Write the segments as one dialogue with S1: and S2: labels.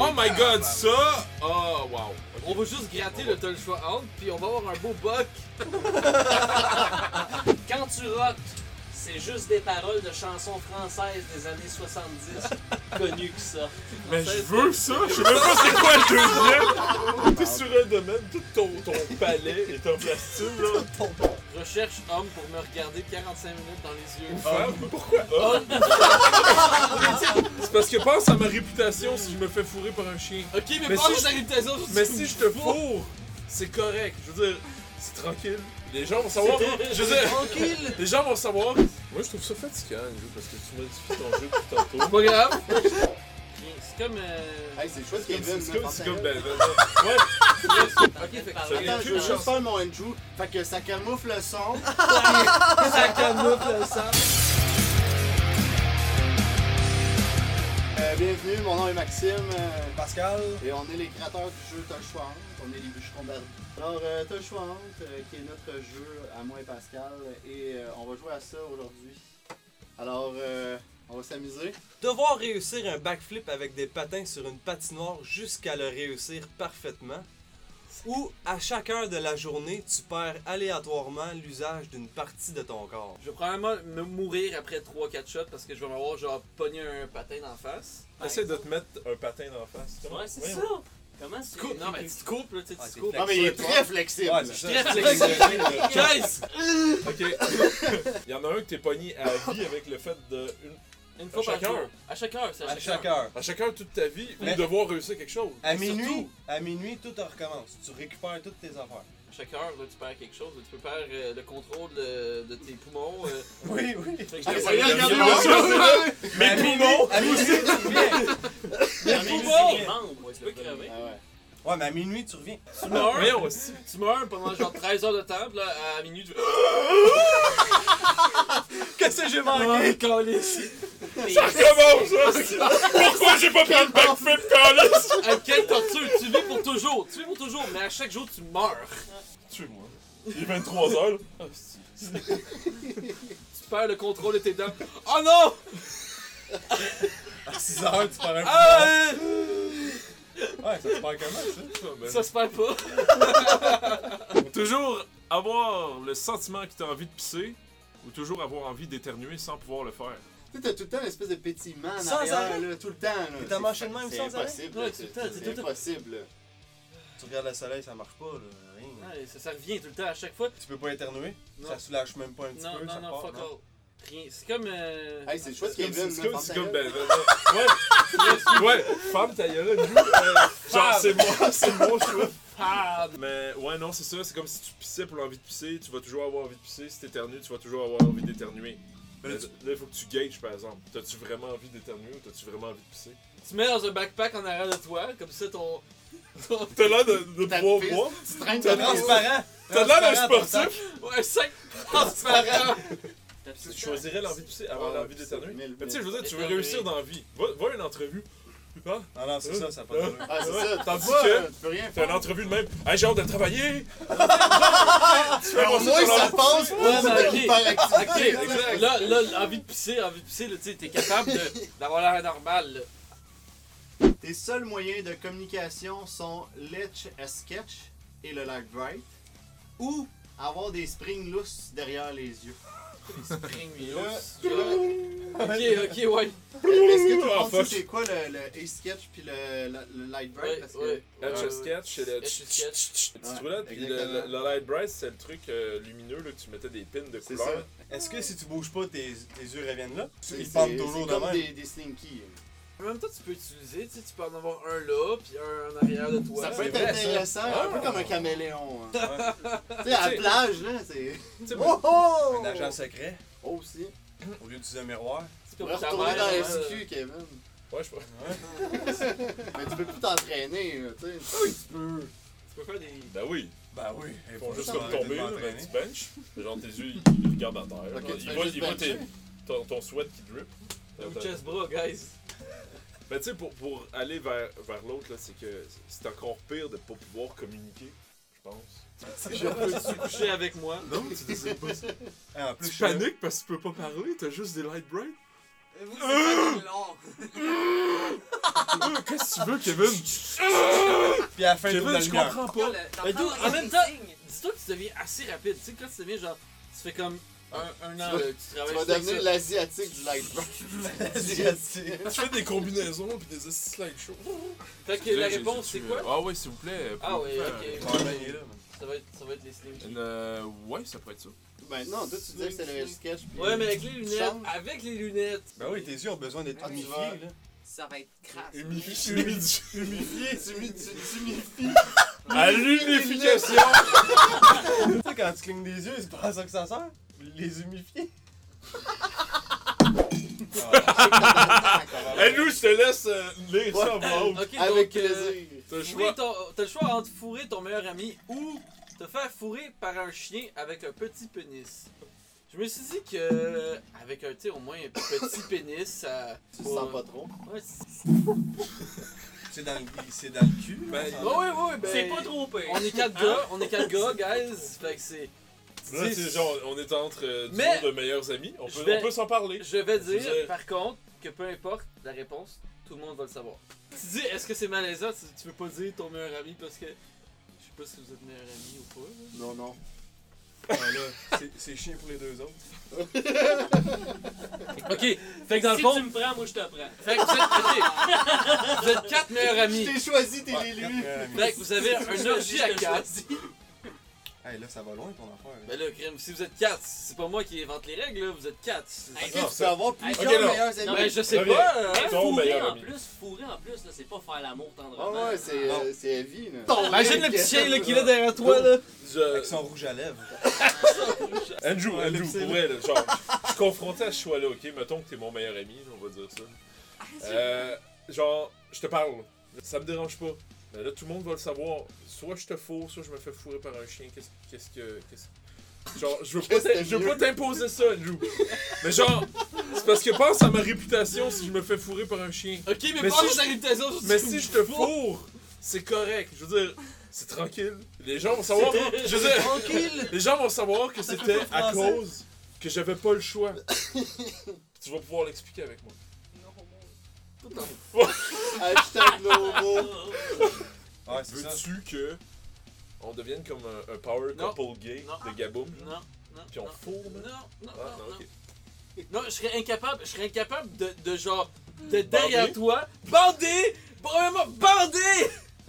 S1: Oh my god, ça! Oh wow!
S2: On va juste gratter le t'as le choix entre, puis on va avoir un beau buck.
S3: Quand tu rotes, c'est juste des paroles de chansons françaises des années 70 connues qui sortent.
S1: Mais je veux ça! Je sais même pas c'est quoi le deuxième!
S4: T'es sur un domaine, tout ton, ton palais est en plastique, là.
S2: Recherche homme pour me regarder 45 minutes dans les yeux.
S1: Femme.
S4: Pourquoi homme?
S1: Ah. C'est parce que pense à ma réputation si je me fais fourrer par un chien.
S2: Ok, mais,
S1: Mais
S2: pas
S1: si
S2: juste
S1: je-
S2: la réputation.
S1: Mais si je te fourre, c'est correct. Je veux dire, c'est tranquille. Les gens vont savoir. Je veux dire,
S2: Tranquille!
S1: les gens vont savoir. Moi, je trouve ça fatigant, le jeu, parce que tu modifies ton jeu tout tantôt.
S2: Pas grave! C'est comme. euh,
S5: Hey, c'est chouette,
S1: C'est
S5: Kevin.
S1: c'est
S5: man.
S1: comme, c'est comme ben, ben,
S2: Ok, fait que-
S1: Ça
S5: Attends,
S1: vient
S5: je veux
S1: de-
S5: juste faire mon Andrew. Fait que ça camoufle le son.
S3: Ça camoufle ça.
S5: Euh, bienvenue, mon nom est Maxime. euh,
S6: Pascal,
S5: Et on est les créateurs du jeu T'as le choix entre. On est les bûcherons d'Arby. Alors, euh, T'as le choix entre, euh, qui est notre jeu à moi et Pascal. Et euh, on va jouer à ça aujourd'hui. Alors, euh, on va s'amuser.
S6: devoir réussir un backflip avec des patins sur une patinoire jusqu'à le réussir parfaitement, ou à chaque heure de la journée, tu perds aléatoirement l'usage d'une partie de ton corps.
S2: Je vais probablement me mourir après 3-4 shots parce que je vais m'avoir genre pogné un patin d'en face.
S1: ben. Essaie de te mettre un patin d'en face. Comment-
S3: Ouais, c'est
S1: voyons.
S3: ça. Comment c'est.
S2: Cool. Non, mais tu te coupes là, tu sais,
S6: Ah,
S2: tu te
S6: c'est
S2: coupes.
S6: flex.
S5: Non, mais il est très flexible.
S6: Ouais, c'est
S2: Très
S6: ça.
S2: flexible. Guys!
S1: Ok. Il y en a un que t'es pogné à vie avec le fait de. une-
S2: Une fois
S1: À
S2: par
S1: chaque
S2: jour.
S1: heure.
S2: À chaque heure, c'est
S6: euh, À chaque heure.
S1: à chacun toute ta vie, ou
S6: Mais-
S1: devoir réussir quelque chose.
S6: À
S2: Mais surtout-
S6: minuit, à minuit, tout recommence. Tu récupères toutes tes affaires.
S2: À chaque heure, là, tu perds quelque chose. là, Tu peux perdre euh, le contrôle de, de tes poumons. euh.
S6: Oui, oui.
S2: Fait que je
S5: Ah,
S2: te
S5: ça y est,
S2: vois-
S5: regardez,
S1: bien
S5: on
S1: sûr.
S5: joue.
S6: Mes poumons! À minuit, tu reviens.
S3: Mais
S2: poumons!
S3: c'est les membres, ouais, tu peux crever.
S5: Ah ouais.
S6: Ouais, mais à minuit, tu reviens.
S2: Tu meurs.
S1: Mais aussi.
S2: Tu meurs pendant genre 13 heures de temps, puis là, à minuit, tu
S6: Qu'est-ce que j'ai
S3: Ah,
S2: Ah,
S6: manqué?
S1: Ça commence, hein? Pourquoi j'ai pas fait le backflip, Calis?
S2: À quelle torture! Tu vis pour toujours! Tu vis pour toujours, mais à chaque jour, tu meurs!
S1: Tue-moi. Il est 23h.
S2: Tu perds le contrôle de tes dents. Oh non!
S6: À 6 heures, tu perds un
S2: Ah!
S6: poumon. Ouais, ça te perd comment, ça?
S2: euh, Ça se perd pas!
S1: Toujours avoir le sentiment que t'as envie de pisser, ou toujours avoir envie d'éternuer sans pouvoir le faire.
S5: Tu sais, t'as tout le temps une espèce de pétillement en
S6: Sans
S5: arrière,
S6: arrêt.
S5: là, tout le temps. là.
S6: Et t'as
S5: C'est-
S6: mangé le même
S5: C'est
S6: sans arrêt?
S5: impossible.
S2: Ouais,
S5: là,
S2: tout le
S5: C'est
S2: temps, c'est tout le
S5: c'est
S2: temps.
S5: impossible. là.
S6: Tu regardes le soleil, ça marche pas, là. Rien.
S2: Ouais, ça, ça revient tout le temps, à chaque fois.
S6: Tu peux pas éternuer?
S2: Non.
S6: Ça soulage même pas un petit
S2: Non,
S6: peu,
S2: non,
S6: ça
S2: non,
S6: part,
S2: fuck all. Rien. C'est comme. Euh...
S5: Hey, c'est chouette,
S1: C'est comme-
S5: Kevin.
S1: c'est
S5: là,
S1: comme-
S5: pense
S1: c'est
S5: à
S1: comme
S5: elle.
S1: ben, ben, ben. Ouais, ouais, femme ta gueule, nous, euh, genre c'est moi, c'est mon choix.
S2: Ah!
S1: Mais ouais, non, c'est ça, c'est comme si tu pissais pour l'envie de pisser, tu vas toujours avoir envie de pisser, si t'éternues, tu vas toujours avoir envie d'éternuer. Mais
S6: Mais
S1: Là,
S6: tu-
S1: il faut que tu gages par exemple. T'as-tu vraiment envie d'éternuer ou t'as-tu vraiment envie de pisser?
S2: Tu mets dans un backpack en arrière de toi, comme ça ton. ton-
S1: T'as l'air de, de
S5: Ta
S1: pouvoir
S5: pisse.
S1: voir.
S5: Tu traînes
S1: T'as
S5: ta
S1: l'air-
S5: piste.
S6: Transparent!
S1: T'as l'air d'un
S6: Transparent,
S1: sportif.
S2: ouais, sac transparent!
S3: T'as plus
S1: Tu
S3: ça.
S1: choisirais l'envie de pisser avant
S5: Ouais,
S1: l'envie
S5: pisser,
S1: d'éternuer.
S5: mille,
S1: Mais tu sais, je veux dire, tu veux
S2: Éternuer.
S1: réussir dans la vie. Va, va à une entrevue. Hein?
S6: Non, non, c'est ça, ça a pas de
S5: Ah, c'est ça.
S1: Tandis
S5: tu vois,
S1: que-
S5: Tu peux rien
S1: T'as
S5: faire.
S1: une entrevue de même. Hey, j'ai hâte de travailler! tu fais
S5: Au
S1: avancer
S5: moins,
S1: ton
S5: ça passe pour
S2: Ouais, mais ok.
S5: être hyperactif.
S2: Ok, là, là, envie de pisser, envie de pisser, là, tu sais, t'es capable de- d'avoir l'air normal, là.
S5: Tes seuls moyens de communication sont Letch a Sketch et le Lag Bright ou avoir des springs lousses derrière les yeux.
S2: Spring me
S5: Là,
S2: loose. Ok, ok, ouais.
S5: Est-ce que tout
S1: Ah,
S5: le monde
S1: fuck.
S5: sait c'est quoi le, le Ace Sketch puis le, le, le Light Bright?
S2: Ouais,
S5: parce que
S2: ouais.
S1: Edge
S2: Ouais.
S1: of Sketch, c'est le
S2: Edge of Sketch.
S1: petit roulade. Puis le,
S5: exactement.
S1: le- le Light Bright, c'est le truc euh, lumineux là, que tu mettais des pins de
S5: C'est
S1: couleur.
S6: Est-ce que si tu bouges pas, tes, tes yeux reviennent là?
S5: c'est-
S6: Ils
S5: c'est-
S6: pendent toujours
S5: c'est
S6: de
S5: comme
S6: même.
S5: des, des slinkies.
S2: En même temps, tu peux utiliser, tu sais, tu peux en avoir un là, puis un en arrière de toi.
S5: ça peut être
S6: vrai, ça.
S5: intéressant, un peu comme un caméléon. hein. tu sais, à la plage, là, c'est...
S1: Tu sais,
S5: Oh, oh!
S6: Un agent secret,
S5: Oh, aussi.
S6: au lieu d'utiliser un miroir.
S2: Tu
S5: Tu
S2: peux
S5: pourrais
S2: ta
S5: retourner
S2: mère,
S5: dans
S2: euh,
S5: la SQ, Kevin.
S1: Ouais, je sais pas.
S5: Mais tu peux plus t'entraîner, là, tu sais.
S2: Tu peux faire des.
S1: Ben oui,
S6: Bah oui,
S1: ils font juste
S5: ça,
S1: comme
S5: ouais,
S1: tomber, là, ben, tu bench. Genre, tes yeux, ils ils regardent à terre.
S5: Ok, tu
S1: Ils
S5: fais
S1: voient-
S5: juste
S1: Ils voient
S5: bencher.
S1: tes- ton ton sweat qui drip.
S2: Ou chest bra, guys.
S1: Mais Ben, tu sais, pour, pour aller vers, vers l'autre, là, c'est que c'est encore pire de pas pouvoir communiquer, je pense.
S2: Je peux tu coucher avec moi.
S1: Non, tu décides pas.
S6: En plus, je
S1: Tu
S6: suis là.
S1: paniques parce que tu peux pas
S7: Euh,
S1: parler, t'as juste des light bright.
S3: Vous, c'est pas long.
S1: Ah, Qu'est-ce que tu veux, Kevin?
S4: Puis à la fin,
S1: Kevin, je
S4: tu comprends.
S1: comprends pas.
S2: Mais d'où- en même temps, dis-toi que tu deviens assez rapide. Tu sais, quand tu deviens genre. Tu fais comme un, un an,
S5: vas-
S2: euh, tu
S5: Tu
S2: travailles
S5: vas
S2: juste avec
S5: devenir
S2: ça.
S5: l'asiatique du lightburn. L'asiatique.
S1: Tu fais des combinaisons pis des assises slideshow.
S2: Fait que
S1: Ben,
S2: la réponse, c'est quoi
S4: Ah ouais, s'il vous plaît.
S2: Ah ouais,
S4: pouvez-vous faire-
S2: ok.
S6: Ah, ben, il est là, man.
S2: ça va, être, ça va être les slim.
S4: Une, euh, ouais, ça pourrait être ça.
S5: Ben non, toi tu disais que c'était le sketch. puis-
S2: Ouais, mais avec les
S5: Tu
S2: lunettes.
S5: changes.
S2: Avec les lunettes.
S6: Ben oui, tes yeux ont besoin d'être
S5: Ah, tu
S6: humifiés,
S5: vas-
S6: là.
S7: Ça va être crasse.
S1: Humidifié.
S5: Humifié, tu mi- tu- tu humifies.
S1: À l'unification.
S6: tu sais, quand tu clignes des yeux, c'est pas à ça que ça sert. Les humifier.
S1: Hey, Eh, nous, je te laisse euh, lire ça en bas.
S2: Ok,
S5: Avec
S2: donc. euh,
S5: plaisir.
S1: T'as le
S2: fourrer
S1: choix.
S2: ton- T'as le choix entre fourrer ton meilleur ami ou te faire fourrer par un chien avec un petit pénis. Je me suis dit que euh, avec un tu sais, au moins un petit pénis ça.
S5: Tu le sens pas trop.
S2: Ouais, c'est-
S6: C'est dans, le- c'est dans le cul.
S1: Ben,
S6: ça.
S2: Ouais, ouais, ouais, ben,
S7: C'est pas trop pire.
S2: On est quatre gars, on est quatre gars, guys. Fait que c'est.
S1: Là, c'est genre, on est entre euh, du
S2: Mais-
S1: monde de meilleurs amis. On
S2: Je
S1: peut,
S2: vais-
S1: on peut s'en parler.
S2: Je vais
S1: Je veux
S2: dire,
S1: dire-
S2: par contre, que peu importe la réponse, tout le monde va le savoir. Tu dis, est-ce que c'est malaisant? Tu, tu veux pas dire ton meilleur ami parce que. Je sais pas si vous êtes meilleur ami ou pas. là.
S5: Non, non.
S6: Ouais, là, c'est- c'est chien pour les deux autres.
S2: Ok, fait que dans le
S7: si
S2: fond.
S7: tu me prends, moi je te prends.
S2: Fait que vous êtes, ok, vous êtes quatre meilleurs
S5: Je
S2: amis.
S5: t'ai choisi, t'es
S6: Ouais,
S5: l'élu.
S6: quatre, euh, mais-
S2: Fait que vous avez un orgie à quatre.
S6: Hey, là, ça va loin ton affaire. là.
S2: Ben là, crime, si vous êtes quatre, c'est pas moi qui invente les règles, là, vous êtes quatre. C'est-
S7: Hey,
S5: Ok,
S1: non,
S5: tu peux
S1: ça-
S5: avoir
S2: Ah,
S7: Ok,
S5: plusieurs
S1: non.
S5: meilleurs
S7: Non,
S5: amis.
S2: Ben je sais
S1: Reviens.
S2: pas. euh,
S1: Ton
S7: fourrer
S1: meilleur
S7: en
S1: ami.
S7: plus, fourrer en plus, là, c'est pas faire l'amour
S5: Ah
S7: tendrement.
S5: ouais, c'est
S6: Non.
S5: euh, c'est la vie, là.
S2: Imagine le petit chien là, qui est là derrière toi là.
S1: Je-
S6: Avec son rouge à lèvres.
S1: Andrew,
S6: Ouais,
S1: Andrew,
S6: c'est
S1: pour vrai, là, genre, je suis confronté à ce choix-là, ok? Mettons que t'es mon meilleur ami, on va dire ça. Euh, genre, je te parle, ça me dérange pas. Mais là, tout le monde va le savoir. Soit je te fourre, soit je me fais fourrer par un chien. Qu'est-ce qu'est-ce que. qu'est-ce- Genre, je veux pas
S5: Qu'est-ce que
S1: t'im- je veux
S5: mieux?
S1: pas t'imposer ça, Andrew. Mais genre, c'est parce que pense à ma réputation si je me fais fourrer par un chien.
S2: Ok, mais,
S1: Mais
S2: pense
S1: si
S2: à ta réputation. sur-
S1: Mais si je te fourre, c'est correct. Je veux dire, c'est tranquille. Les gens vont savoir. Je veux dire,
S6: Tranquille!
S1: les gens vont savoir que c'était à cause que j'avais pas le choix. tu vas pouvoir l'expliquer avec moi.
S5: Hashtag Lobo.
S6: Ouais, c'est ça.
S1: Veux-tu que on devienne comme un, un power
S2: Non.
S1: couple gay
S2: Non.
S1: de Gaboum?
S2: Non, non.
S1: Puis on
S2: non.
S1: fourre,
S2: Non,
S1: man?
S2: non,
S1: Ah,
S2: non,
S1: non, ok.
S2: non. Non, je serais incapable, je serais incapable de, de genre, d'être derrière toi, bandé, probablement bandé.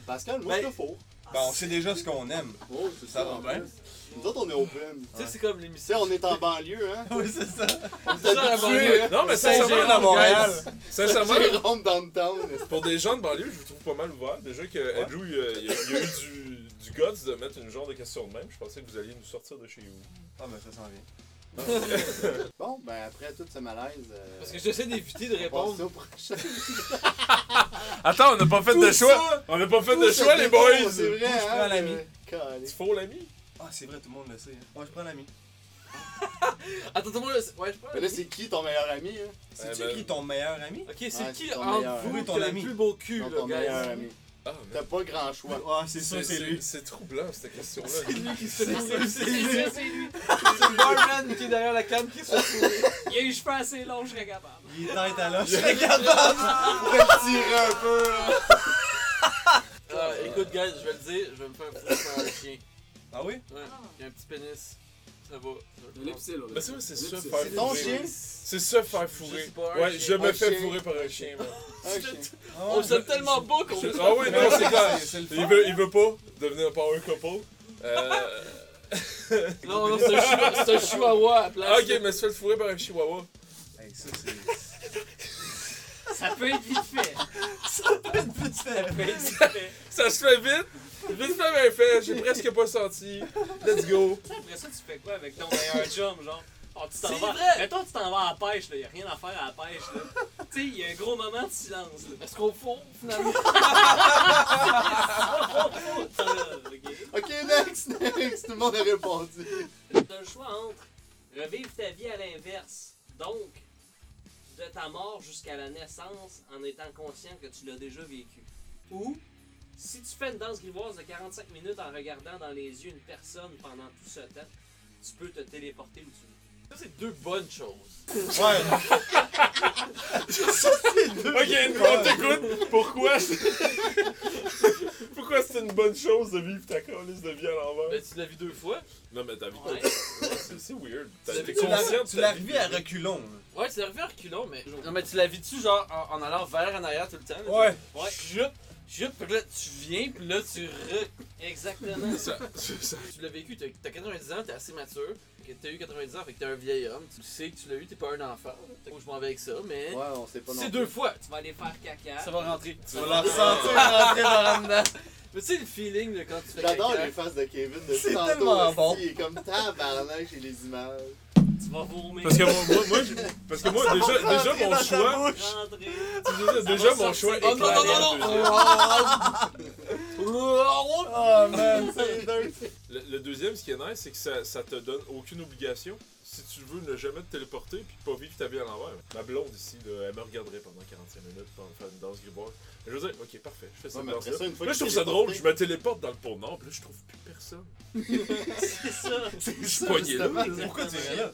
S5: Pascal, moi, je
S2: Ben-
S5: te faux.
S6: Ben, on sait déjà ce qu'on aime.
S5: Oh, c'est
S6: Ça
S5: ça.
S6: va
S5: en
S6: bien?
S5: plus. Nous autres, on est open.
S2: Tu sais, c'est comme
S5: Tu sais,
S2: l'émission.
S5: on est en banlieue, hein.
S6: Oui, c'est ça.
S5: On
S2: C'est ça, la banlieue.
S1: Non, mais
S6: Saint-Gérard
S1: sincèrement,
S6: à Montréal.
S1: sincèrement,
S5: Jérôme downtown. est-ce
S1: pour des gens de banlieue, je vous trouve pas mal ouvert. Déjà que Andrew, il, a- il a il a eu du, du guts de mettre une genre de question de même. Je pensais que vous alliez nous sortir de chez vous.
S6: Ah, ben, ça s'en vient.
S5: que- Bon, ben après tout ce malaise. euh,
S2: Parce que j'essaie d'éviter de
S5: on va passer
S2: répondre.
S5: au prochain.
S1: Attends, on n'a pas fait de choix. On n'a pas fait de
S5: Tout ce
S1: choix, les
S5: détour,
S1: boys.
S5: C'est vrai,
S6: Moi, je prends
S5: hein.
S6: l'ami.
S5: euh, calé.
S1: Tu faux l'ami?
S6: Ah, c'est vrai, tout le monde le sait. hein. Moi, je prends l'ami.
S2: Attends, attends, moi, là, c'est- ouais, je
S5: Mais
S2: parle.
S5: là, c'est qui ton meilleur ami, hein?
S6: C'est-tu
S1: Eh ben-
S6: qui ton meilleur ami?
S2: Ok, c'est
S5: Ouais,
S2: qui
S5: c'est ton
S2: entre
S5: meilleur.
S2: vous
S6: Oui, ton
S2: qui a le
S6: ami.
S2: plus beau cul,
S5: Non,
S2: là,
S5: ton meilleur
S2: guys?
S5: ami.
S1: Ah, man.
S5: T'as pas grand choix.
S6: Ah, c'est sûr, c'est
S1: C'est
S6: lui.
S1: c'est troublant, cette question-là.
S2: C'est
S7: C'est c'est lui.
S2: le barman qui est derrière la canne qui se
S7: Il a eu les cheveux assez longs, je serais capable.
S6: Il est tête à l'os.
S5: Retire un peu, là.
S2: Ah, écoute, guys, je vais le dire, je vais me faire foutre par un chien.
S6: Ah oui?
S2: Ouais, il y a un petit pénis. Ça va. ça va.
S1: Mais Bah, c'est vrai, c'est ça,
S5: C'est
S1: faire
S5: ton
S1: fourrer.
S5: chien?
S1: C'est ça, faire
S2: Je
S1: fourrer.
S2: sais pas, un
S1: Ouais, je
S2: chien.
S1: me
S5: Un
S1: fais
S5: chien.
S1: fourrer par un chien, man.
S5: Un chien.
S6: Ah,
S2: On s'aime tellement beau qu'on veut
S1: Ah oui, non, c'est clair.
S6: C'est le
S1: Il
S6: fun.
S1: veut, il veut pas devenir un power couple. Euh...
S2: Non, non, c'est un chou- c'est un chihuahua à
S1: ah,
S2: place.
S1: ok, mais se fait fourrer par un chihuahua.
S6: Hey, ça, c'est.
S7: Ça peut être vite fait.
S1: Ça se fait vite. Vite fait, bien fait. J'ai presque pas senti. Let's go.
S7: Après ça, tu fais quoi avec ton meilleur chum, genre? Oh, tu t'en
S2: C'est
S7: vas.
S2: vrai.
S7: Mettons, tu t'en vas à la pêche, là. Y a rien à faire à la pêche, là. tu sais, il y a un gros moment de silence, là.
S2: Est-ce qu'on fourre finalement?
S7: Ah, Ok.
S5: Ok, next, next. Tout le monde a répondu.
S7: T'as le choix entre revivre ta vie à l'inverse, donc de ta mort jusqu'à la naissance en étant conscient que tu l'as déjà vécu. Ou si tu fais une danse grivoise de 45 minutes en regardant dans les yeux une personne pendant tout ce temps, tu peux te téléporter où tu veux.
S2: Ça, c'est deux bonnes choses.
S6: Ouais.
S1: Ok, Kevin, on t'écoute. Pourquoi c'est- Pourquoi c'est une bonne chose de vivre ta calice de vie à l'envers?
S2: Ben, tu l'as vu deux fois.
S1: Non, mais ta vie,
S7: Ouais.
S1: c'est c'est weird. T'as-
S2: Tu
S1: T'es
S2: l'as-
S1: conscient de
S4: Tu
S1: ta
S4: l'as
S1: vie.
S4: arrivé à reculons.
S2: Ouais, tu l'as revu en reculons, mais. Non, mais tu la vis-tu genre en, en allant vers en arrière tout le temps? là,
S4: Ouais.
S2: genre, Chup, chup, puis là tu viens, puis là tu re.
S7: Exactement.
S1: Ça- ça- ça-
S2: Tu l'as vécu, t'as t'as 90 ans, t'es assez mature, que t'as eu 90 ans, fait que t'es un vieil homme, tu sais que tu l'as eu, t'es pas un enfant, fait que je m'en vais avec ça, mais.
S5: Ouais, on sait pas non
S2: c'est
S5: plus.
S2: deux fois,
S7: Tu vas aller faire caca.
S2: ça va rentrer.
S4: Tu vas la ressentir rentrer dans dedans.
S2: Mais tu sais le feeling de quand tu fais
S5: J'adore
S2: caca.
S5: les faces de Kevin de
S4: C'est
S5: tantôt,
S4: tellement
S5: esti,
S4: bon.
S5: Il est comme tabarnak j'ai les images.
S7: Tu vas vomir.
S1: Parce que moi, moi, moi, j'ai- parce que moi déjà, déjà mon choix,
S7: Rentrer.
S1: déjà, déjà mon choix est
S2: Oh non, non, non, non!
S4: Oh man.
S5: C'est dirty.
S1: Le, le deuxième, ce qui est nice, c'est que ça, ça te donne aucune obligation. Si tu veux ne jamais te téléporter puis pas vivre ta vie à l'envers. Ma blonde ici, là, elle me regarderait pendant 45 minutes pendant faire une danse grivoise. Mais Je veux dire, ok, parfait, je fais ça.
S5: Ouais, mais
S1: danse
S5: après ça, une fois
S1: là,
S5: que
S1: je trouve
S5: tu
S1: ça
S5: t'es
S1: drôle,
S5: téléporté-
S1: je me téléporte dans le pont nord, puis là, je trouve plus personne.
S7: C'est ça.
S1: Je suis
S5: ça,
S1: poigné là.
S5: justement.
S4: Pourquoi tu es là?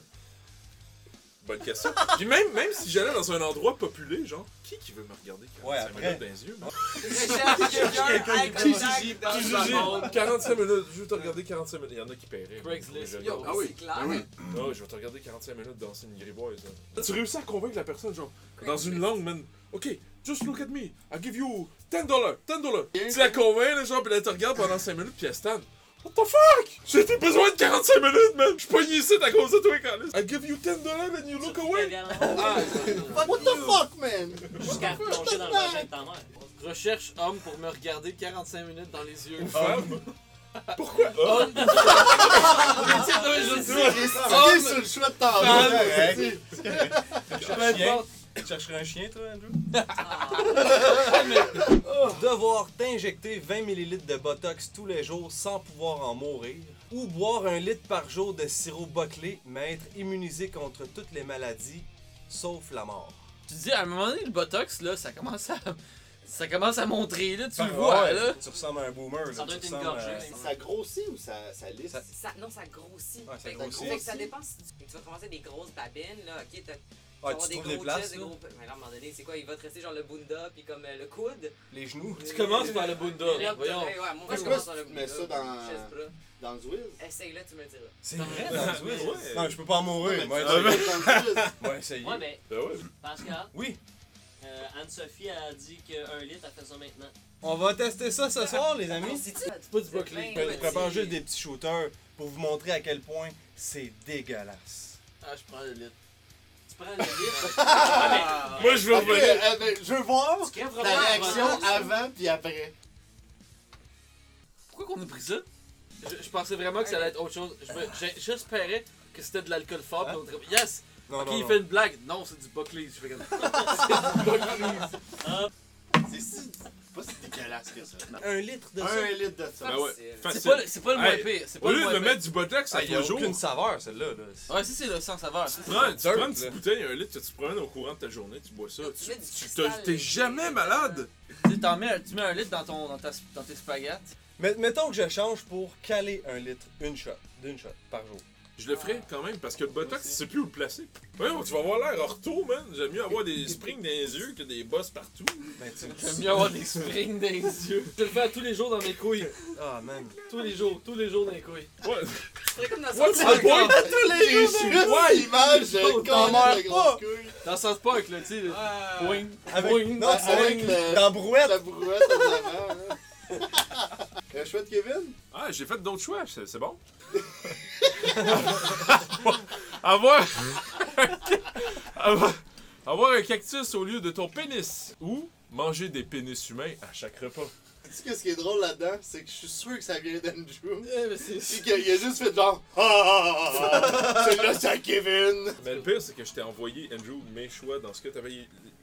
S1: Bonne question. puis même, même si j'allais dans un endroit populé, genre, qui qui veut me regarder 45
S4: Ouais, après.
S1: minutes dans les yeux? moi?
S7: Je cherche quelqu'un à contact dans
S1: Gigi,
S7: le monde.
S1: 45 minutes, je veux te regarder 45 minutes. Il y en a qui paieraient.
S2: Craigslist,
S1: Je-
S2: yo.
S7: Ah oui, c'est clair.
S5: Ah oui.
S1: Ah ouais, je vais te regarder 45 minutes danser une grivoise. là. Tu réussis à convaincre la personne, genre, dans une langue, man. Ok, just look at me. I'll give you 10 dollars, 10 dollars. Tu la convaincs, là, genre, puis elle te regarde pendant 5 minutes, puis elle stand. What the fuck? J'ai été besoin de 45 minutes, man. Je suis pogné ici à cause de toi, Carlis. I'll give you 10 dollars and you look away.
S7: Ah,
S5: What the fuck, man?
S7: Jusqu'à plonger dans le vagin de ta mère.
S2: Recherche homme pour me regarder 45 minutes dans les yeux.
S1: Femme. Pourquoi? Ah,
S2: Homme! Mais tu sais, non, mais Ah, je le
S5: J'ai
S2: sais.
S5: stické sur le choix de ta
S2: Femme.
S5: mère, esti.
S2: Peu importe.
S6: Tu chercherais un chien, toi, Andrew?
S7: Ah,
S6: Oh, Devoir t'injecter 20 ml de Botox tous les jours sans pouvoir en mourir. Ou boire un litre par jour de sirop boclé, mais être immunisé contre toutes les maladies, sauf la mort.
S2: Tu dis, à un moment donné, le botox, là, ça commence à. Ça commence à montrer, là, tu
S6: Ah
S2: le vois,
S6: ouais,
S2: là.
S6: Tu ressembles à un boomer.
S7: Ça
S6: là,
S7: doit
S6: tu
S7: être une
S6: ressembles à-
S7: gorgée.
S5: Ça grossit ou ça, ça lisse?
S6: Ça-
S8: Ça, non, ça grossit.
S6: Ouais, ça
S8: Fait que-
S6: grossit.
S8: fait que ça dépend si tu, tu vas commencer des grosses babines, là, ok, t'as
S6: Ah,
S8: avoir
S6: tu
S8: des
S6: trouves les
S8: gros
S6: places,
S8: chests, des
S6: là?
S8: gros... Mais là, à un moment donné, c'est quoi, il va te rester genre le bunda, puis comme euh, le coude.
S6: les genoux.
S2: Tu commences par le bunda,
S8: Regarde,
S2: voyons.
S8: Ouais, ouais, moi,
S5: Moi,
S8: je
S5: je
S8: commence
S5: pense
S8: par le
S5: que tu mets
S8: bunda.
S5: ça dans-
S8: chest, bras.
S5: Dans le Zwill?
S8: Essaye, là, tu me le diras.
S6: C'est vrai, dans le Swiss.
S1: Ouais.
S6: Non, je peux pas en mourir. Moi,
S1: Ah,
S6: essayer.
S5: Dans
S6: Moi, essayer.
S7: Ouais, mais
S1: Ben ouais.
S7: Pascal,
S6: Oui,
S7: euh, Anne-Sophie a dit qu'un litre, elle fait ça maintenant.
S6: on va tester ça ce soir, les
S8: Non,
S6: amis.
S8: c'est-tu-
S2: pas du broccoli.
S8: Ben,
S6: Je
S8: ouais,
S6: prépare
S8: c'est-
S6: juste des petits shooters pour vous montrer à quel point c'est dégueulasse.
S2: Ah, je prends le lit.
S7: Tu prends le litre. Ah,
S1: Moi, je veux
S5: le Zwill.
S1: revenir.
S5: Ok, euh, ben, je veux voir
S7: mais tu crèves
S5: ta
S7: vraiment
S5: réaction
S7: avant.
S5: avant puis après.
S2: Pourquoi qu'on a pris ça? Je, je pensais vraiment que ça allait être autre chose. Je me- j'ai- J'espérait que c'était de l'alcool fort. puis on dirait, Yes!
S6: Non,
S2: ok,
S6: non,
S2: il
S6: non.
S2: fait une blague. Hein? Non, c'est du Buckley. Je fais comme
S5: C'est si- pas si dégueulasse que ça. Non.
S6: Un litre de ça.
S5: Un litre de ça.
S1: Ben ouais.
S8: facile.
S2: C'est
S1: Facile.
S2: pas, le- c'est pas le moins
S1: Hey,
S2: pire. C'est
S1: Au
S2: pas le Ah,
S1: lieu
S2: moins
S1: de
S2: pire.
S1: mettre du botox à
S6: Ça, Ah, il y a
S1: tous jours,
S6: aucune saveur, celle-là. là.
S2: Ouais, si c'est le sans saveur. ça.
S1: prends, tu
S6: Dirt,
S1: prends une petite
S6: là.
S1: bouteille, un litre que tu promènes au courant de ta journée, tu bois ça.
S8: Non, tu
S1: Tu-
S8: mets du
S1: tu-
S8: cristal,
S1: T'es
S8: là.
S1: jamais malade!
S2: Tu sais, t'en mets, un- tu mets un litre dans, ton, dans, ta, dans tes spaghettis.
S6: Mais mettons que je change pour caler un litre, une shot, d'une shot par jour.
S1: Je le ferais quand même parce que le botox, tu sais plus où le placer. Voyons, tu vas avoir l'air ortho, man. J'aime mieux avoir des springs dans les yeux que des bosses partout.
S6: Ben, tu
S2: J'aime mieux avoir des springs dans les yeux. Je le fais à tous les jours dans mes couilles.
S6: Ah, man.
S2: Tous les jours, tous les jours dans les couilles.
S1: Ouais.
S8: C'est comme dans
S1: What
S8: South
S1: the
S8: Park.
S1: point?
S5: J'ai juste l'image
S2: Oh,
S5: de
S2: t'en
S5: Connor
S2: meurs
S5: de
S2: pas.
S5: grosse couille.
S2: Dans South Park, là, tu sais. là. Boing,
S6: Avec-
S2: boing.
S6: Non, c'est
S5: Avec le-
S6: Dans brouette.
S5: La brouette en avant. hein. Le choix de Kevin?
S1: Ah, j'ai fait d'autres choix, c'est c'est bon. avoir... avoir... avoir un cactus au lieu de ton pénis. Ou manger des pénis humains à chaque repas.
S5: Tu sais qu'est-ce qui est drôle là-dedans? C'est que je suis sûr que ça vient d'Andrew.
S2: Eh, mais c'est-
S5: Puis qu'il a- il a juste fait genre Ah, ah, ah, ah, C'est là, c'est à Kevin!
S1: Mais le pire, c'est que je t'ai envoyé, Andrew, mes choix dans ce que t'avais.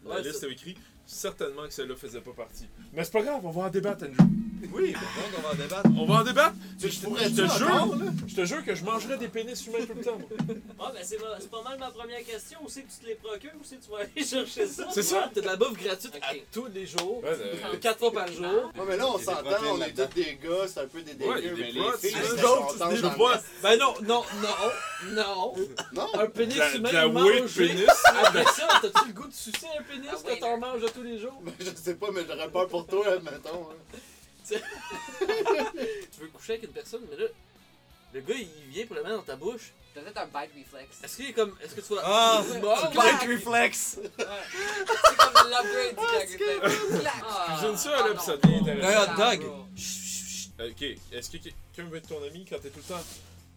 S1: La
S2: Ouais,
S1: liste
S2: c'est-
S1: t'avais écrit. Certainement que celle-là faisait pas partie. Mais c'est pas grave, on va en débattre, Andrew.
S6: Oui, ben donc on va en débattre.
S1: On va en débattre!
S5: Tu
S1: Je te-
S5: pourrais
S1: je te jure! Je te jure que je mangerais des pénis humains tout le temps. moi.
S7: Ah, ben c'est ma- c'est pas mal ma première question. Où c'est que tu te les procures? Où c'est que tu vas aller chercher ça?
S1: C'est ça!
S2: T'as de la bouffe gratuite à
S7: Ok.
S2: tous les jours.
S1: Ouais, euh,
S2: Quatre fois par jour.
S5: Ouais, mais là, on
S6: Il y a des
S5: s'entend,
S6: protéines
S5: on est
S6: là-dedans.
S5: tous des gars, c'est un peu des dégueux,
S4: Ouais, il y a des
S5: mais les
S4: protes,
S5: filles,
S4: c'est
S5: elles
S4: des
S5: sont
S4: autres, c'est
S5: contentes
S4: des
S5: dans le
S4: boîtes.
S2: Ben non, non, non, non.
S5: Non,
S2: Un pénis
S1: La-
S2: humain
S1: de la
S2: mangé.
S1: whey de pénis.
S2: Après ça, t'as-tu le goût de sucer un pénis
S8: Ah
S2: que
S8: oui,
S2: t'en
S8: là.
S2: manges à tous les jours?
S5: ben, je sais pas, mais j'aurais peur pour toi, admettons. hein.
S2: Tu veux coucher avec une personne, mais là, le gars, il vient pour le mettre dans ta bouche.
S8: T'as peut-être un bite reflex.
S2: Est-ce qu'il est comme. Est-ce que tu vas.
S6: Ah!
S2: Tu mords?
S6: Bite reflex!
S8: C'est comme l'upgrade du Ah, Dragon
S1: Cuisine ça, là, pis ça devient
S6: Un
S1: intéressant.
S6: hot dog!
S2: Chut, chut, chut.
S1: Ok, est-ce que quelqu'un veut être ton ami quand t'es tout le temps.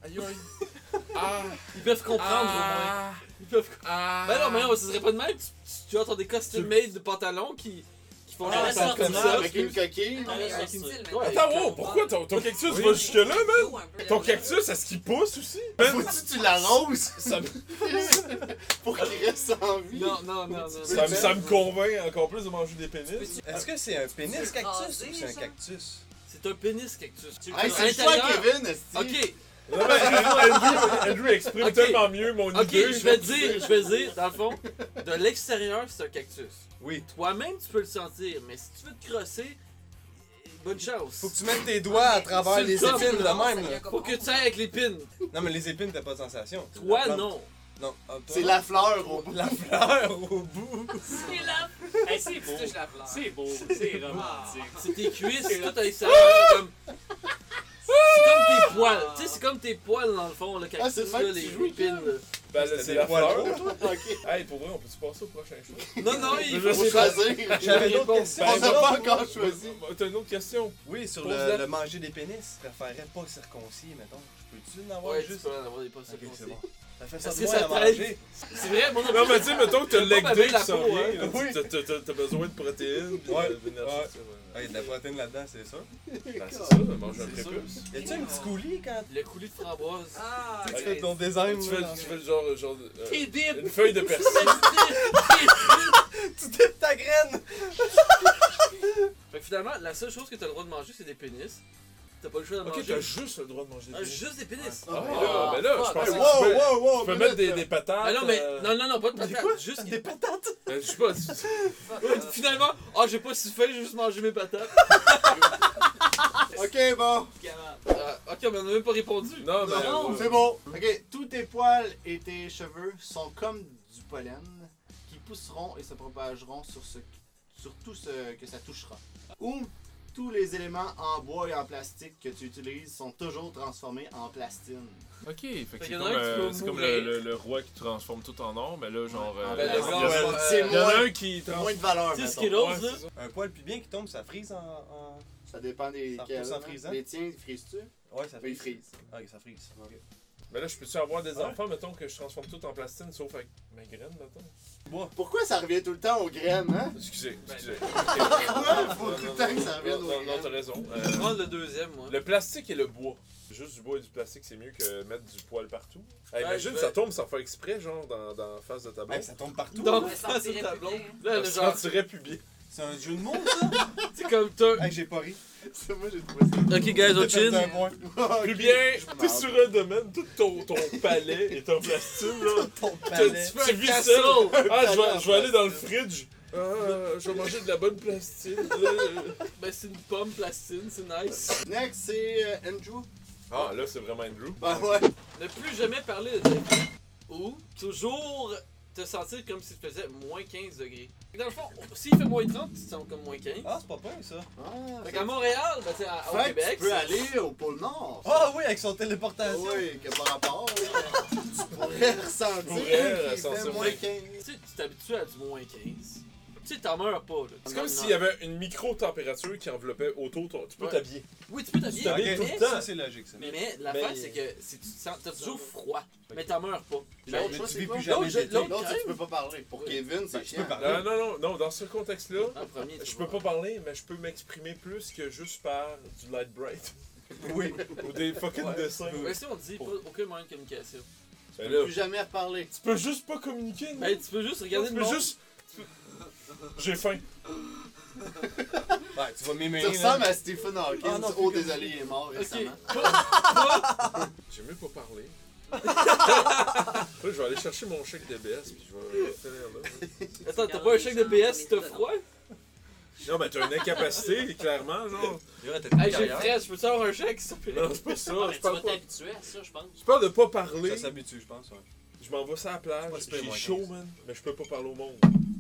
S2: Aïe, aïe.
S1: Ah!
S2: Ils peuvent comprendre au moins. Ils peuvent comprendre. Ben non, mais non, ce serait pas de même. Tu, tu, tu entends des custom made de pantalons qui, qui font
S7: Ah,
S2: genre ça
S7: sorti
S2: comme
S7: ça,
S2: ça.
S5: Avec une coquille,
S8: Non, mais un style, maintenant.
S2: Ouais.
S1: Attends, wow, pourquoi ton, ton cactus va jusque-là, man? Ton cactus, est-ce qu'il pousse aussi? Man,
S5: faut-tu que tu l'arroses ça... pour qu'il reste en vie?
S2: Non, non, non, non.
S1: ça, me- ça me convainc encore plus de manger des pénis.
S6: Est-ce que c'est un pénis
S8: C'est
S6: cactus
S8: rasé,
S6: ou c'est un
S8: ça?
S6: cactus?
S2: C'est un pénis cactus. Tu le
S5: Hey,
S2: fais
S5: c'est
S2: à
S5: le choix,
S2: l'intérieur.
S5: Kevin, esti.
S2: Ok,
S1: Non, mais Andrew, Andrew exprime
S2: Ok.
S1: tellement mieux mon
S2: ok,
S1: idée.
S2: je vais te dire, je vais te dire, dans le fond, de l'extérieur, c'est un cactus.
S6: Oui.
S2: Toi-même, tu peux le sentir, mais si tu veux te crosser, bonne chance.
S6: Faut que tu mettes tes doigts à travers
S2: Sur le
S6: les
S2: top,
S6: épines de même, là.
S2: Faut que tu ailles avec l'épine.
S6: Non, mais les épines, t'as pas de sensation.
S2: Toi,
S6: La plante-
S2: non.
S6: Non, ah, toi,
S5: C'est
S6: non.
S5: la fleur au bout.
S6: La fleur au bout.
S7: Ah,
S8: C'est là.
S7: Hey, c'est beau.
S8: Tu touches la fleur. Ah,
S7: C'est beau. C'est romantique.
S2: C'est tes cuisses, c'est tout avec ça. C'est comme. C'est comme tes poils. Tu sais, c'est comme tes poils dans le fond, le
S5: Ah, c'est
S2: cactus,
S5: le même
S2: là,
S5: que tu
S2: les
S5: joues,
S2: épines. là.
S1: Ben là, c'est
S6: C'était
S1: la
S6: des poils
S1: fleur.
S6: gros.
S5: Ok.
S1: Hey, pour vrai, on peut-tu passer au prochain choix?
S2: Non, non,
S1: Je
S2: il
S5: Faut
S1: sais
S2: faut
S1: pas.
S5: choisir.
S6: J'avais
S2: J'avais
S6: d'autres
S2: pas-
S6: questions.
S5: On n'a pas encore choisi.
S1: T'as une autre question?
S6: Oui, sur
S1: Pose
S6: le,
S1: la-
S6: le manger des pénis, je préférerais pas circoncis, mettons. Je peux-tu en avoir
S2: Ouais, juste
S6: juste?
S2: d'avoir des poils
S6: Ok,
S2: circoncis.
S6: c'est bon. Ça fait ça
S2: Est-ce
S6: de
S2: que
S6: moins
S2: ça
S6: à manger.
S2: t'aide? C'est vrai, mon
S1: Non, mais tu sais, mettons que t'as le leg
S2: pas
S1: day
S2: baver la
S1: qui s'en
S2: peau,
S1: vient,
S2: hein.
S1: là, tu- t'as- t'as- t'as- T'as besoin de protéines, pis
S6: Ouais.
S1: de- d'énergie.
S6: Ouais.
S1: tu sais,
S6: Ah,
S1: ouais.
S6: il y a de la protéine là-dedans, c'est sûr.
S1: Ben, c'est ça, mange un
S2: C'est sûr.
S1: prépuce.
S6: Y a-tu un petit coulis quand
S2: Le coulis de framboise.
S8: Ah,
S6: tu
S8: ok.
S6: fais ton design?
S1: Tu fais,
S6: là,
S1: tu fais le genre. genre euh,
S7: T'es bip.
S1: une feuille de persil.
S6: Tu tapes ta graine!
S2: Fait que finalement, la seule chose que t'as le droit de manger, c'est des pénis. T'as pas le choix de
S1: Ok,
S2: manger.
S1: t'as juste le droit de manger des
S2: Ah,
S1: pénis.
S2: Juste des pénis.
S1: Ah,
S5: Ah,
S1: mais là, ben là, je
S8: Ah,
S1: pense que
S8: ben,
S1: tu peux-
S6: wow, wow!
S1: tu peux mettre des,
S6: minute.
S1: des patates.
S2: Ah non, mais.
S1: euh,
S2: Non, non, non, pas de
S6: Des
S2: patates. Juste.
S6: Des patates!
S1: euh, je sais pas. tu-
S8: Fuck,
S2: Ouais, Finalement, ah, j'ai pas soufflé, j'ai juste mangé mes patates.
S5: Ok, bon.
S2: Ah, ok, mais on n'a même pas répondu.
S1: Non, mais.
S5: Non,
S1: euh,
S5: c'est bon. Ok, tous tes poils et tes cheveux sont comme du pollen qui pousseront et se propageront sur, ce, sur tout ce que ça touchera. Ou tous les éléments en bois et en plastique que tu utilises sont toujours transformés en plastine.
S4: Ok, fait que
S2: Fait
S4: c'est
S2: qu'il y en
S4: comme,
S2: a un qui
S4: euh,
S2: peut
S4: c'est comme le,
S2: mourir.
S4: le- le roi qui transforme tout en or, mais là, genre.
S5: Ah,
S4: euh,
S1: ben,
S4: il y en a-
S1: ouais,
S5: c'est
S1: Il y en a
S5: moins,
S1: un qui
S5: moins
S1: transforme.
S5: de valeur.
S2: Tu sais,
S5: mettons.
S2: Skittles,
S1: Ouais,
S2: là.
S1: c'est ça.
S6: Un poil bien qui tombe, ça frise en. en-
S5: Ça dépend des
S6: Ça
S5: quels,
S6: repousse en
S5: hein.
S6: frisant.
S5: Les tiens, ils frisent-tu?
S6: Ouais, ça
S5: Oui, ils
S6: frise.
S5: frisent.
S6: Ok, ça frise.
S1: Mais là, je peux-tu avoir des
S6: Ouais.
S1: enfants, mettons, que je transforme tout en plastine, sauf avec ma graine, mettons?
S5: Pourquoi ça revient tout le temps aux graines, hein?
S1: Excusez, excusez.
S5: Pourquoi faut tout le temps que
S1: Non,
S5: ça revienne aux
S1: non, non, t'as
S5: graines?
S1: raison.
S2: Je vais
S1: Euh,
S2: prendre le deuxième, moi.
S1: Le plastique et le bois. Juste du bois et du plastique, c'est mieux que mettre du poil partout. Hey,
S2: Ouais,
S1: imagine,
S2: je vais-
S1: ça tombe sans faire exprès, genre, dans, dans la face de ta blonde.
S6: Hey, Ben, ça tombe partout!
S2: Donc,
S8: Ouais, ça
S2: ça, c'est
S8: me
S2: le tableau.
S8: dirait plus
S2: Là,
S1: Ça
S2: le
S1: se
S2: genre,
S1: sentirait public.
S6: C'est un jeu de mots,
S2: c'est comme toi.
S6: ça? hey, j'ai pas ri.
S5: C'est moi, j'ai trouvé ça.
S2: Ok, guys, on
S6: J'ai
S2: chill.
S6: perdu un point.
S1: Plus bien, t'es
S5: marre.
S1: sur un domaine, tout ton, ton palais est en plastine, là.
S6: Ton
S1: Tu,
S6: palais.
S1: tu vis
S2: castle.
S1: seul. Ah, je
S5: palais en
S1: vais, je vais aller dans le
S5: plastine.
S1: fridge. Ah, je vais manger de la bonne plastine. là.
S2: Ben, c'est une pomme plastine, c'est nice.
S5: Next, c'est euh, Andrew.
S1: ah, là, c'est vraiment Andrew.
S5: Ben ouais.
S2: Ne plus jamais parler de ta vie. Ou toujours te sentir comme si tu faisais moins 15 degrés. Dans le fond, s'il fait moins 30, tu te sens comme moins 15.
S6: Ah, c'est pas pire, ça.
S5: Ah,
S2: Fait qu'à Montréal, ben, tu sais, à- au
S5: Fait que
S2: Québec,
S5: tu peux
S2: ça-
S5: aller au pôle Nord.
S6: Ah oui, avec son
S5: Ah
S6: téléportation.
S5: oui, que par rapport, là, tu pourrais ressentir
S1: Pourrais
S5: qu'il
S1: ressentir
S5: fait moins
S1: moins
S5: 15.
S2: tu sais, tu t'habitues à du moins 15. Tu sais, t'en meurs pas, là.
S1: C'est comme s'il y avait une micro-température qui enveloppait autour. ton- Tu peux
S2: Ouais.
S1: t'habiller.
S2: Oui, tu peux
S1: Tu
S2: t'habiller,
S1: t'habilles
S2: mais,
S1: tout le
S6: Ça,
S1: temps.
S6: c'est logique, ça.
S2: mais, l'affaire, c'est que si tu te sens- t'as toujours froid, mais t'en meurs pas.
S5: L'autre
S6: Mais
S5: chose,
S6: tu
S5: c'est
S6: vis
S5: quoi?
S6: plus jamais
S2: Non, je-
S6: d'été.
S2: non.
S5: L'autre, c'est que tu peux pas parler. Pour
S2: Oui.
S5: Kevin, c'est
S6: Ben, je peux
S5: chiant.
S6: parler.
S1: Non, non, non, non, dans ce contexte-là,
S2: En premier, tu
S1: je
S2: vois.
S1: peux pas parler, mais je peux m'exprimer plus que juste par du light bright.
S6: Oui.
S1: Ou des fucking
S6: Ouais.
S1: dessins.
S2: Mais si on dit pas, aucun moyen de communication.
S1: Ben
S5: Tu
S1: là,
S5: peux plus jamais reparler.
S1: tu peux juste pas communiquer, non?
S2: Ben, tu peux juste regarder
S1: tu
S2: le
S1: peux
S2: monde.
S1: juste. tu peux- J'ai faim.
S6: Ouais, tu vas
S5: Tu
S6: m'aimer.
S5: ressembles à Stephen Hawking.
S6: Ah, non,
S5: oh,
S6: c'est
S5: désolé, il est mort
S2: Ok,
S5: récemment.
S1: J'ai mieux pas parler. Là, je vais aller chercher mon chèque DBS puis je vais.
S2: attends, t'as pas un chèque de BS si t'as froid?
S1: Non, mais t'as une incapacité, clairement, genre.
S6: Là, t'as une
S2: Hey, j'ai
S6: carrière.
S2: frais, je peux te avoir un chèque, s'il te plaît?
S1: Non, c'est pas ça.
S7: Ah, mais
S1: je
S7: tu vas
S1: parle pas.
S7: t'habituer à ça, je pense.
S1: Je parle de pas parler.
S6: Ça s'habitue, je pense. ouais.
S1: Je m'en vais sur la plage.
S6: C'est pas super
S1: J'ai
S6: moins
S1: chaud,
S6: quinze.
S1: man. Mais je peux pas parler au monde.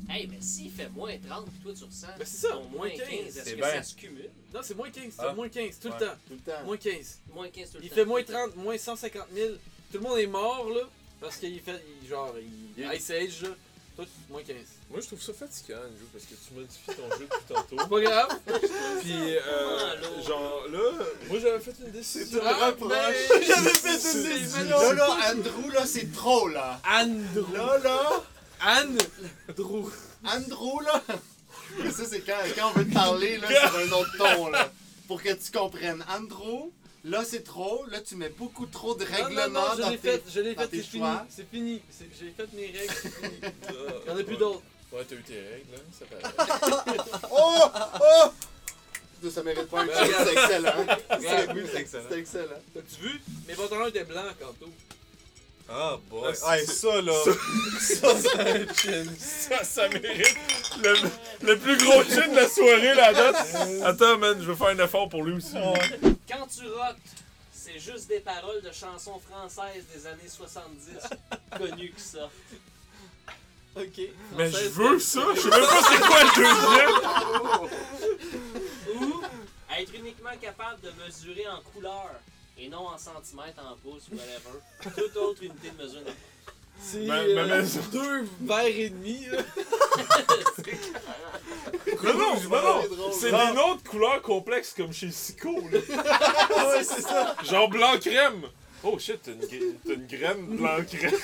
S7: Hey, mais s'il fait moins 30 puis toi tu ressens.
S2: Ben, c'est ça,
S7: ton moins
S2: moins
S7: 15.
S2: 15,
S7: Est-ce
S6: c'est
S7: que
S6: bien.
S7: ça se cumule
S2: Non, c'est moins 15, c'est
S6: Ah.
S2: moins 15, tout
S6: Ouais.
S2: le temps.
S5: Tout le temps.
S2: Moins 15.
S7: Moins 15 Ah. tout le
S2: Il
S7: temps.
S2: fait moins 30, moins 150 000. Tout le monde est mort, là, parce qu'il fait, il- genre, il...
S5: Il-
S2: Ice Age, là. Toi, tu- moins 15.
S1: Moi, je trouve ça fatigant, le jeu, parce que tu modifies ton jeu depuis tantôt.
S2: C'est pas grave.
S1: Puis, euh, genre, là, moi, j'avais fait une décision.
S2: Ah,
S5: reproche.
S2: ben,
S5: J'avais
S2: fait une décision.
S5: Là, là, Andrew, là, c'est trop, là.
S2: Andrew.
S5: Là, là,
S2: Andrew.
S5: Andrew, là. Mais ça, c'est quand, quand on veut te parler, là, sur un autre ton, là. Pour que tu comprennes. Andrew, là, c'est trop. Là, tu mets beaucoup trop de
S2: Non, non,
S5: règlements
S2: non, je
S5: dans
S2: l'ai
S5: tes...
S2: fait, je l'ai
S5: dans
S2: fait,
S5: tes
S2: c'est fini.
S5: choix.
S2: C'est fini. C'est- J'ai fait mes règles, c'est fini. Il y en
S1: Y'en
S2: a plus d'autres.
S1: Ouais, t'as eu tes règles, hein, ça paraît.
S5: Oh! Oh! Ça, ça mérite pas un
S2: Ben,
S5: chip, c'est excellent.
S6: Ouais, oui, c'est excellent.
S5: C'est excellent.
S2: T'as-tu vu? Mes pantalons étaient blancs, Kanto.
S6: Ah, boy.
S1: Ah, c'est-
S6: Hey, ça, là.
S1: ça, ça, chin, ça, ça mérite le, le plus gros chin de la soirée, la date. Attends, man, je vais faire un effort pour lui aussi.
S7: Quand tu rotes, c'est juste des paroles de chansons françaises des années 70 connues que ça.
S2: Ok.
S1: Mais je veux ça, je sais même pas c'est quoi le deuxième.
S7: Ou être uniquement capable de mesurer en couleur et non en centimètres, en pouces, whatever. Toute autre unité de mesure.
S2: C'est
S1: Ma- ma
S2: euh,
S1: maison.
S2: deux verres et demi, là.
S1: Non, non, non,
S5: C'est drôle.
S1: non. C'est des noms de couleurs complexes comme chez Sico, là. ouais, c'est ça. Genre blanc crème. Oh shit, t'as une, gra- t'as une graine blanc crème.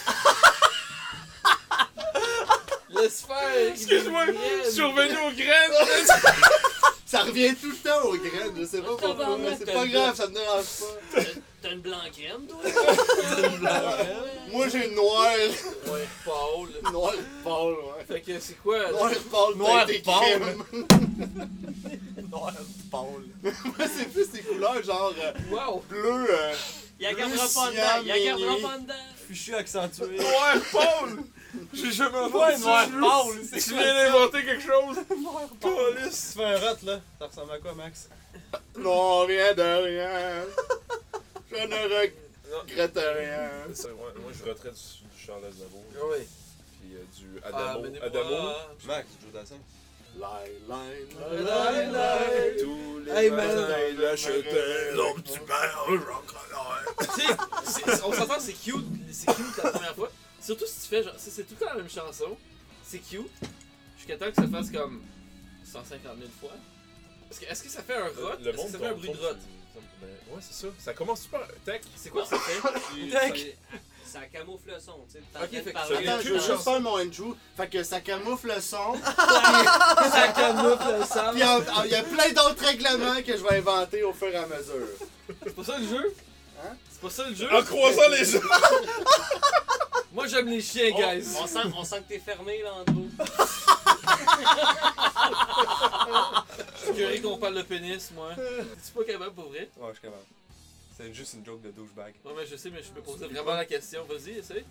S2: Laisse faire.
S1: Excuse-moi, survenu aux graines.
S5: Ça revient tout le temps aux graines, je sais pas pourquoi.
S7: Tabarnak,
S5: C'est
S7: t'as
S5: pas
S7: le
S5: grave, ça me dérange pas.
S7: T'as une blanquette, toi?
S5: Moi, j'ai noir.
S2: Ouais, Paul.
S5: Noir pâle, ouais.
S2: Fait que c'est quoi? là?
S5: Noir pâle,
S6: Noir
S5: noir des
S6: pâle.
S5: crèmes. Moi, c'est plus des couleurs genre euh,
S2: Wow.
S5: bleu. euh,
S7: Il la gardera
S5: Lucien
S7: pas dedans, il la gardera
S5: Meunier.
S7: pas dedans.
S6: Fuchu accentué.
S1: Noir Paul! J'ai jamais entendu
S6: Ouais,
S1: ça,
S6: noir
S1: je-
S6: pâle, c'est
S1: Tu
S6: quoi
S1: viens d'inventer quelque chose?
S6: Si tu fais un rot, là, ça ressemble à quoi, Max?
S5: Non, rien de rien. Je ne regrette rien.
S1: Moi, je retraite du, du Charles Aznavour,
S2: Ouais.
S1: puis euh, du
S2: Ah,
S1: Adamo.
S2: mais des fois,
S1: Adamo.
S2: euh,
S6: Max, Joe Dassin.
S5: Lie, lie,
S2: Lie, lie, lie.
S1: Tous les
S2: Hey, man.
S1: matins, il achetait l'homme du
S2: Tu sais, c'est- on s'entend, c'est cute, c'est cute la première fois. Surtout si tu fais genre, c'est c'est tout le temps la même chanson, c'est cute, jusqu'à temps que ça fasse comme 150 000 fois. Parce que, est-ce que ça fait un rot?
S1: Le
S2: Est-ce que
S1: monde
S2: ça fait un
S1: tombe
S2: bruit de
S1: sur-
S2: rot?
S1: Ben, Ouais, c'est ça. Ça commence super. Tech.
S2: C'est quoi ça fait?
S7: Puis, Ça camoufle le son, tu sais. T'es en
S2: Ok,
S7: train de
S2: fait que
S7: parler.
S5: Attends, je veux
S1: Aucune
S5: juste
S1: chance.
S5: faire mon Andrew. Fait que ça camoufle le son.
S2: Ça camoufle le sale.
S5: Puis il y a- il y a plein d'autres règlements que je vais inventer au fur et à mesure.
S2: C'est pas ça le jeu? Ah.
S5: Hein?
S2: C'est pas ça le jeu?
S1: En croisant les gens.
S2: Moi j'aime les chiens,
S7: On-
S2: guys.
S7: On, sent, on sent que t'es fermé, là, Andrew.
S2: Je suis curieux qu'on parle de pénis, moi. Je suis pas capable pour vrai.
S6: Ouais, je suis capable. C'est juste une joke de douchebag.
S2: Ouais, mais je sais, mais je me posais vraiment la question. Vas-y, essaye.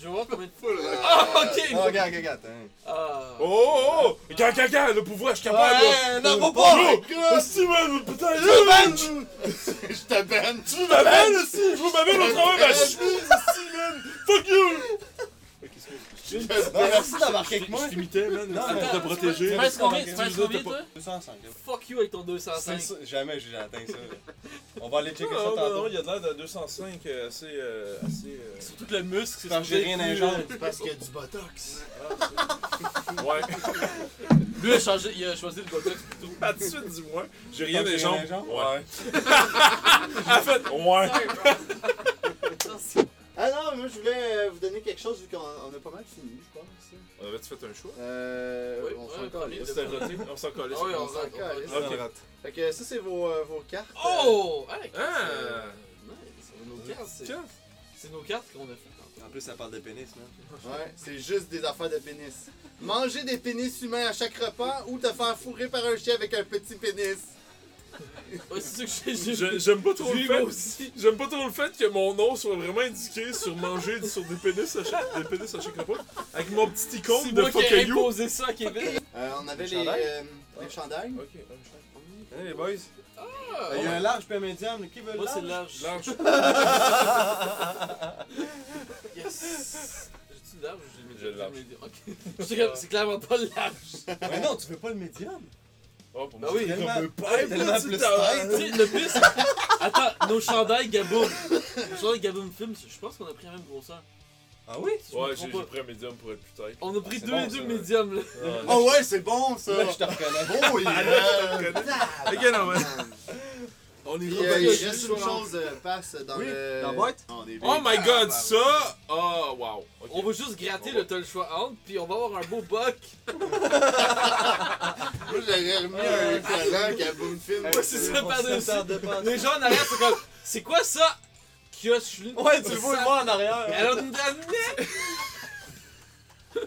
S2: Je vais voir combien de fois.
S5: Full
S2: Ah,
S6: Non,
S2: ok!
S6: regarde, regarde, attends.
S2: Ah.
S1: Oh, oh, oh! Gars, gars, gars, le pouvoir, je suis capable!
S6: Ouais, non, faut
S1: Oh,
S5: God.
S1: Hostie, man, putain, je m'amène!
S5: Je te banne.
S1: Je m'amène, hostie, Eh, Je vous m'amène au travers de ma chemise, hostie, man! Fuck you!
S5: Je
S6: Non,
S5: te banne.
S6: Merci d'avoir avec moi.
S1: t'imitais, man,
S6: Non, mais-
S1: pour te protéger.
S2: Fais combien,
S1: Tu
S2: tu fais
S1: nous autres,
S2: combien,
S1: t'as pas-
S2: toi?
S6: 205. là.
S2: Fuck you avec ton
S6: C'est
S2: 205.
S6: ça, Jamais j'ai atteint ça. là. On va aller checker ça
S1: Non, non, Oh, non,
S6: tantôt.
S1: il y a de l'air d'un 205 euh, assez. euh, assez euh,
S2: Surtout que euh, le muscle, c'est
S6: Quand j'ai
S2: supposé
S6: rien
S2: être
S6: dans les
S2: plus-
S6: jambes.
S5: Parce qu'il y a du botox.
S1: Ouais.
S2: Lui, il a, changé, il a choisi le botox plutôt.
S1: À tout de suite, dis-moi. J'ai rien
S6: Quand
S1: des
S6: j'ai rien
S1: jambes.
S6: des jambes?
S1: Ouais. En fait, ouais.
S5: Ah non, moi je voulais euh, vous donner quelque chose vu qu'on on a pas mal fini, je pense.
S1: On avait-tu fait un choix?
S5: Euh,
S2: Oui,
S5: on
S2: ouais,
S5: s'en calisse.
S2: on
S1: C'était roté. On s'en collait.
S2: Ah oui, on
S5: On s'en
S2: rentre.
S5: calisse.
S1: Ok.
S6: Non, rate.
S5: Fait que ça c'est vos, euh, vos cartes.
S2: Oh! Hey,
S1: Ah!
S2: nice. C'est nos cartes, c'est-
S1: Tiens.
S2: C'est nos cartes qu'on a fait.
S6: En plus, ça parle de pénis, man.
S5: Ouais, c'est juste des affaires de pénis. Manger des pénis humains à chaque repas ou te faire fourrer par un chien avec un petit pénis.
S2: Ouais, c'est sûr que j'ai- j'ai
S1: Je- J'aime pas trop le
S2: vu moi
S1: fait.
S2: aussi.
S1: J'aime pas trop le fait que mon nom soit vraiment indiqué sur manger sur des pénis à chaque, des pénis à chaque repas. Avec mon petit icône
S2: C'est
S1: de
S2: moi qui
S1: fuck
S2: ai
S1: you.
S2: imposé ça à Québec.
S5: Euh, on avait
S6: Les
S5: les,
S6: chandails?
S5: euh, les chandails.
S1: Ok,
S6: Allez, les boys.
S2: Ah,
S6: Il y a un large puis un médium. là. Qui veut le
S2: Moi, c'est
S6: large?
S2: large.
S1: Large.
S2: Yes. J'ai-tu large ou j'ai
S1: J'ai le large.
S2: médium? Ok. Je sais que C'est clairement pas le large.
S6: Mais non, tu veux pas le médium.
S1: Oh, pour
S2: Bah
S1: moi,
S2: oui,
S1: c'est
S6: tellement-
S1: comme un pipe,
S6: tellement
S1: là, tu
S6: plus
S1: t'arrêtes.
S2: Tu sais, le plus. Attends, nos chandails Gaboum. Nos chandails Gaboum Films, je pense qu'on a pris la même grosseur.
S6: Ah oui?
S2: Si je me
S1: Ouais, j'ai
S2: trompe
S1: j'ai
S2: pas.
S1: pris un médium pour être plus tight.
S2: On a pris
S6: c'est
S2: deux
S6: bon,
S2: et deux
S1: ça,
S2: médiums là.
S1: Ouais.
S5: Oh ouais, c'est bon ça!
S6: Là, je te reconnais.
S5: Oh yeah!
S1: Ok, non, mais. On y
S5: Puis,
S1: va.
S5: euh, il reste une chose, euh, passe dans
S6: Oui,
S5: le.
S6: dans la boîte?
S5: Non, des
S1: Oh
S5: billes.
S1: my god, ça! Oh, wow. Ok.
S2: On va juste gratter le t'as le choix entre, puis on va avoir un beau buck.
S5: Moi j'aurais remis un collant qui a boum film.
S2: Ouais, c'est ça,
S6: On
S2: par-dessus.
S6: s'attarde pas.
S2: Les gens en arrière, c'est comme. C'est quoi ça? Kiosque, là.
S6: Ouais, tu le vois,
S2: Ça-
S6: le voir en arrière.
S2: Alors, nous amenait.
S1: Oh,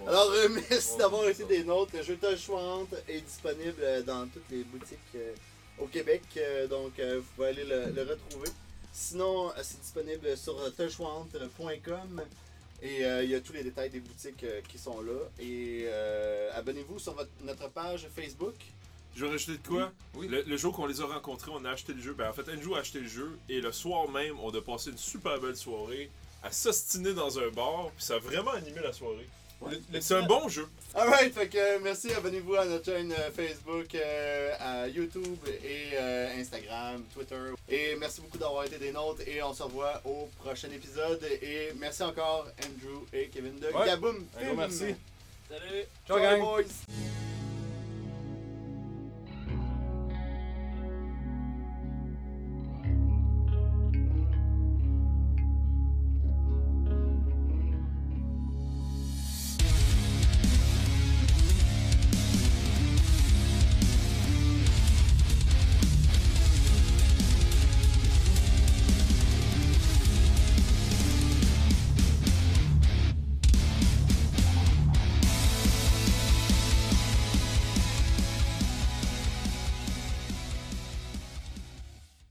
S1: mon
S5: Alors euh, merci d'avoir été des nôtres. Le jeu T'as le choix entre est disponible euh, dans toutes les boutiques euh, au Québec. euh, Donc euh, vous pouvez aller le, le retrouver. Sinon, euh, c'est disponible sur euh, telchoisante.com et euh, il y a tous les détails des boutiques euh, qui sont là. Et euh, abonnez-vous sur votre- notre page Facebook.
S1: Je vais rajouter de quoi?
S6: Oui.
S1: Le, le jour qu'on les a rencontrés, on a acheté le jeu. Ben, en fait, Andrew a acheté le jeu et le soir même, on a passé une super belle soirée à s'ostiner dans un bar. Puis ça a vraiment animé la soirée.
S6: Le- le-
S1: C'est un bon jeu.
S5: Alright, fait que euh, merci, abonnez-vous à notre chaîne euh, Facebook, euh, à YouTube et euh, Instagram, Twitter. Et merci beaucoup d'avoir été des nôtres et on se revoit au prochain épisode. Et merci encore Andrew et Kevin de
S6: Ouais.
S5: Gaboum
S6: Un gros merci.
S5: Film.
S7: Salut!
S6: Ciao,
S5: Ciao,
S6: gang.
S5: boys.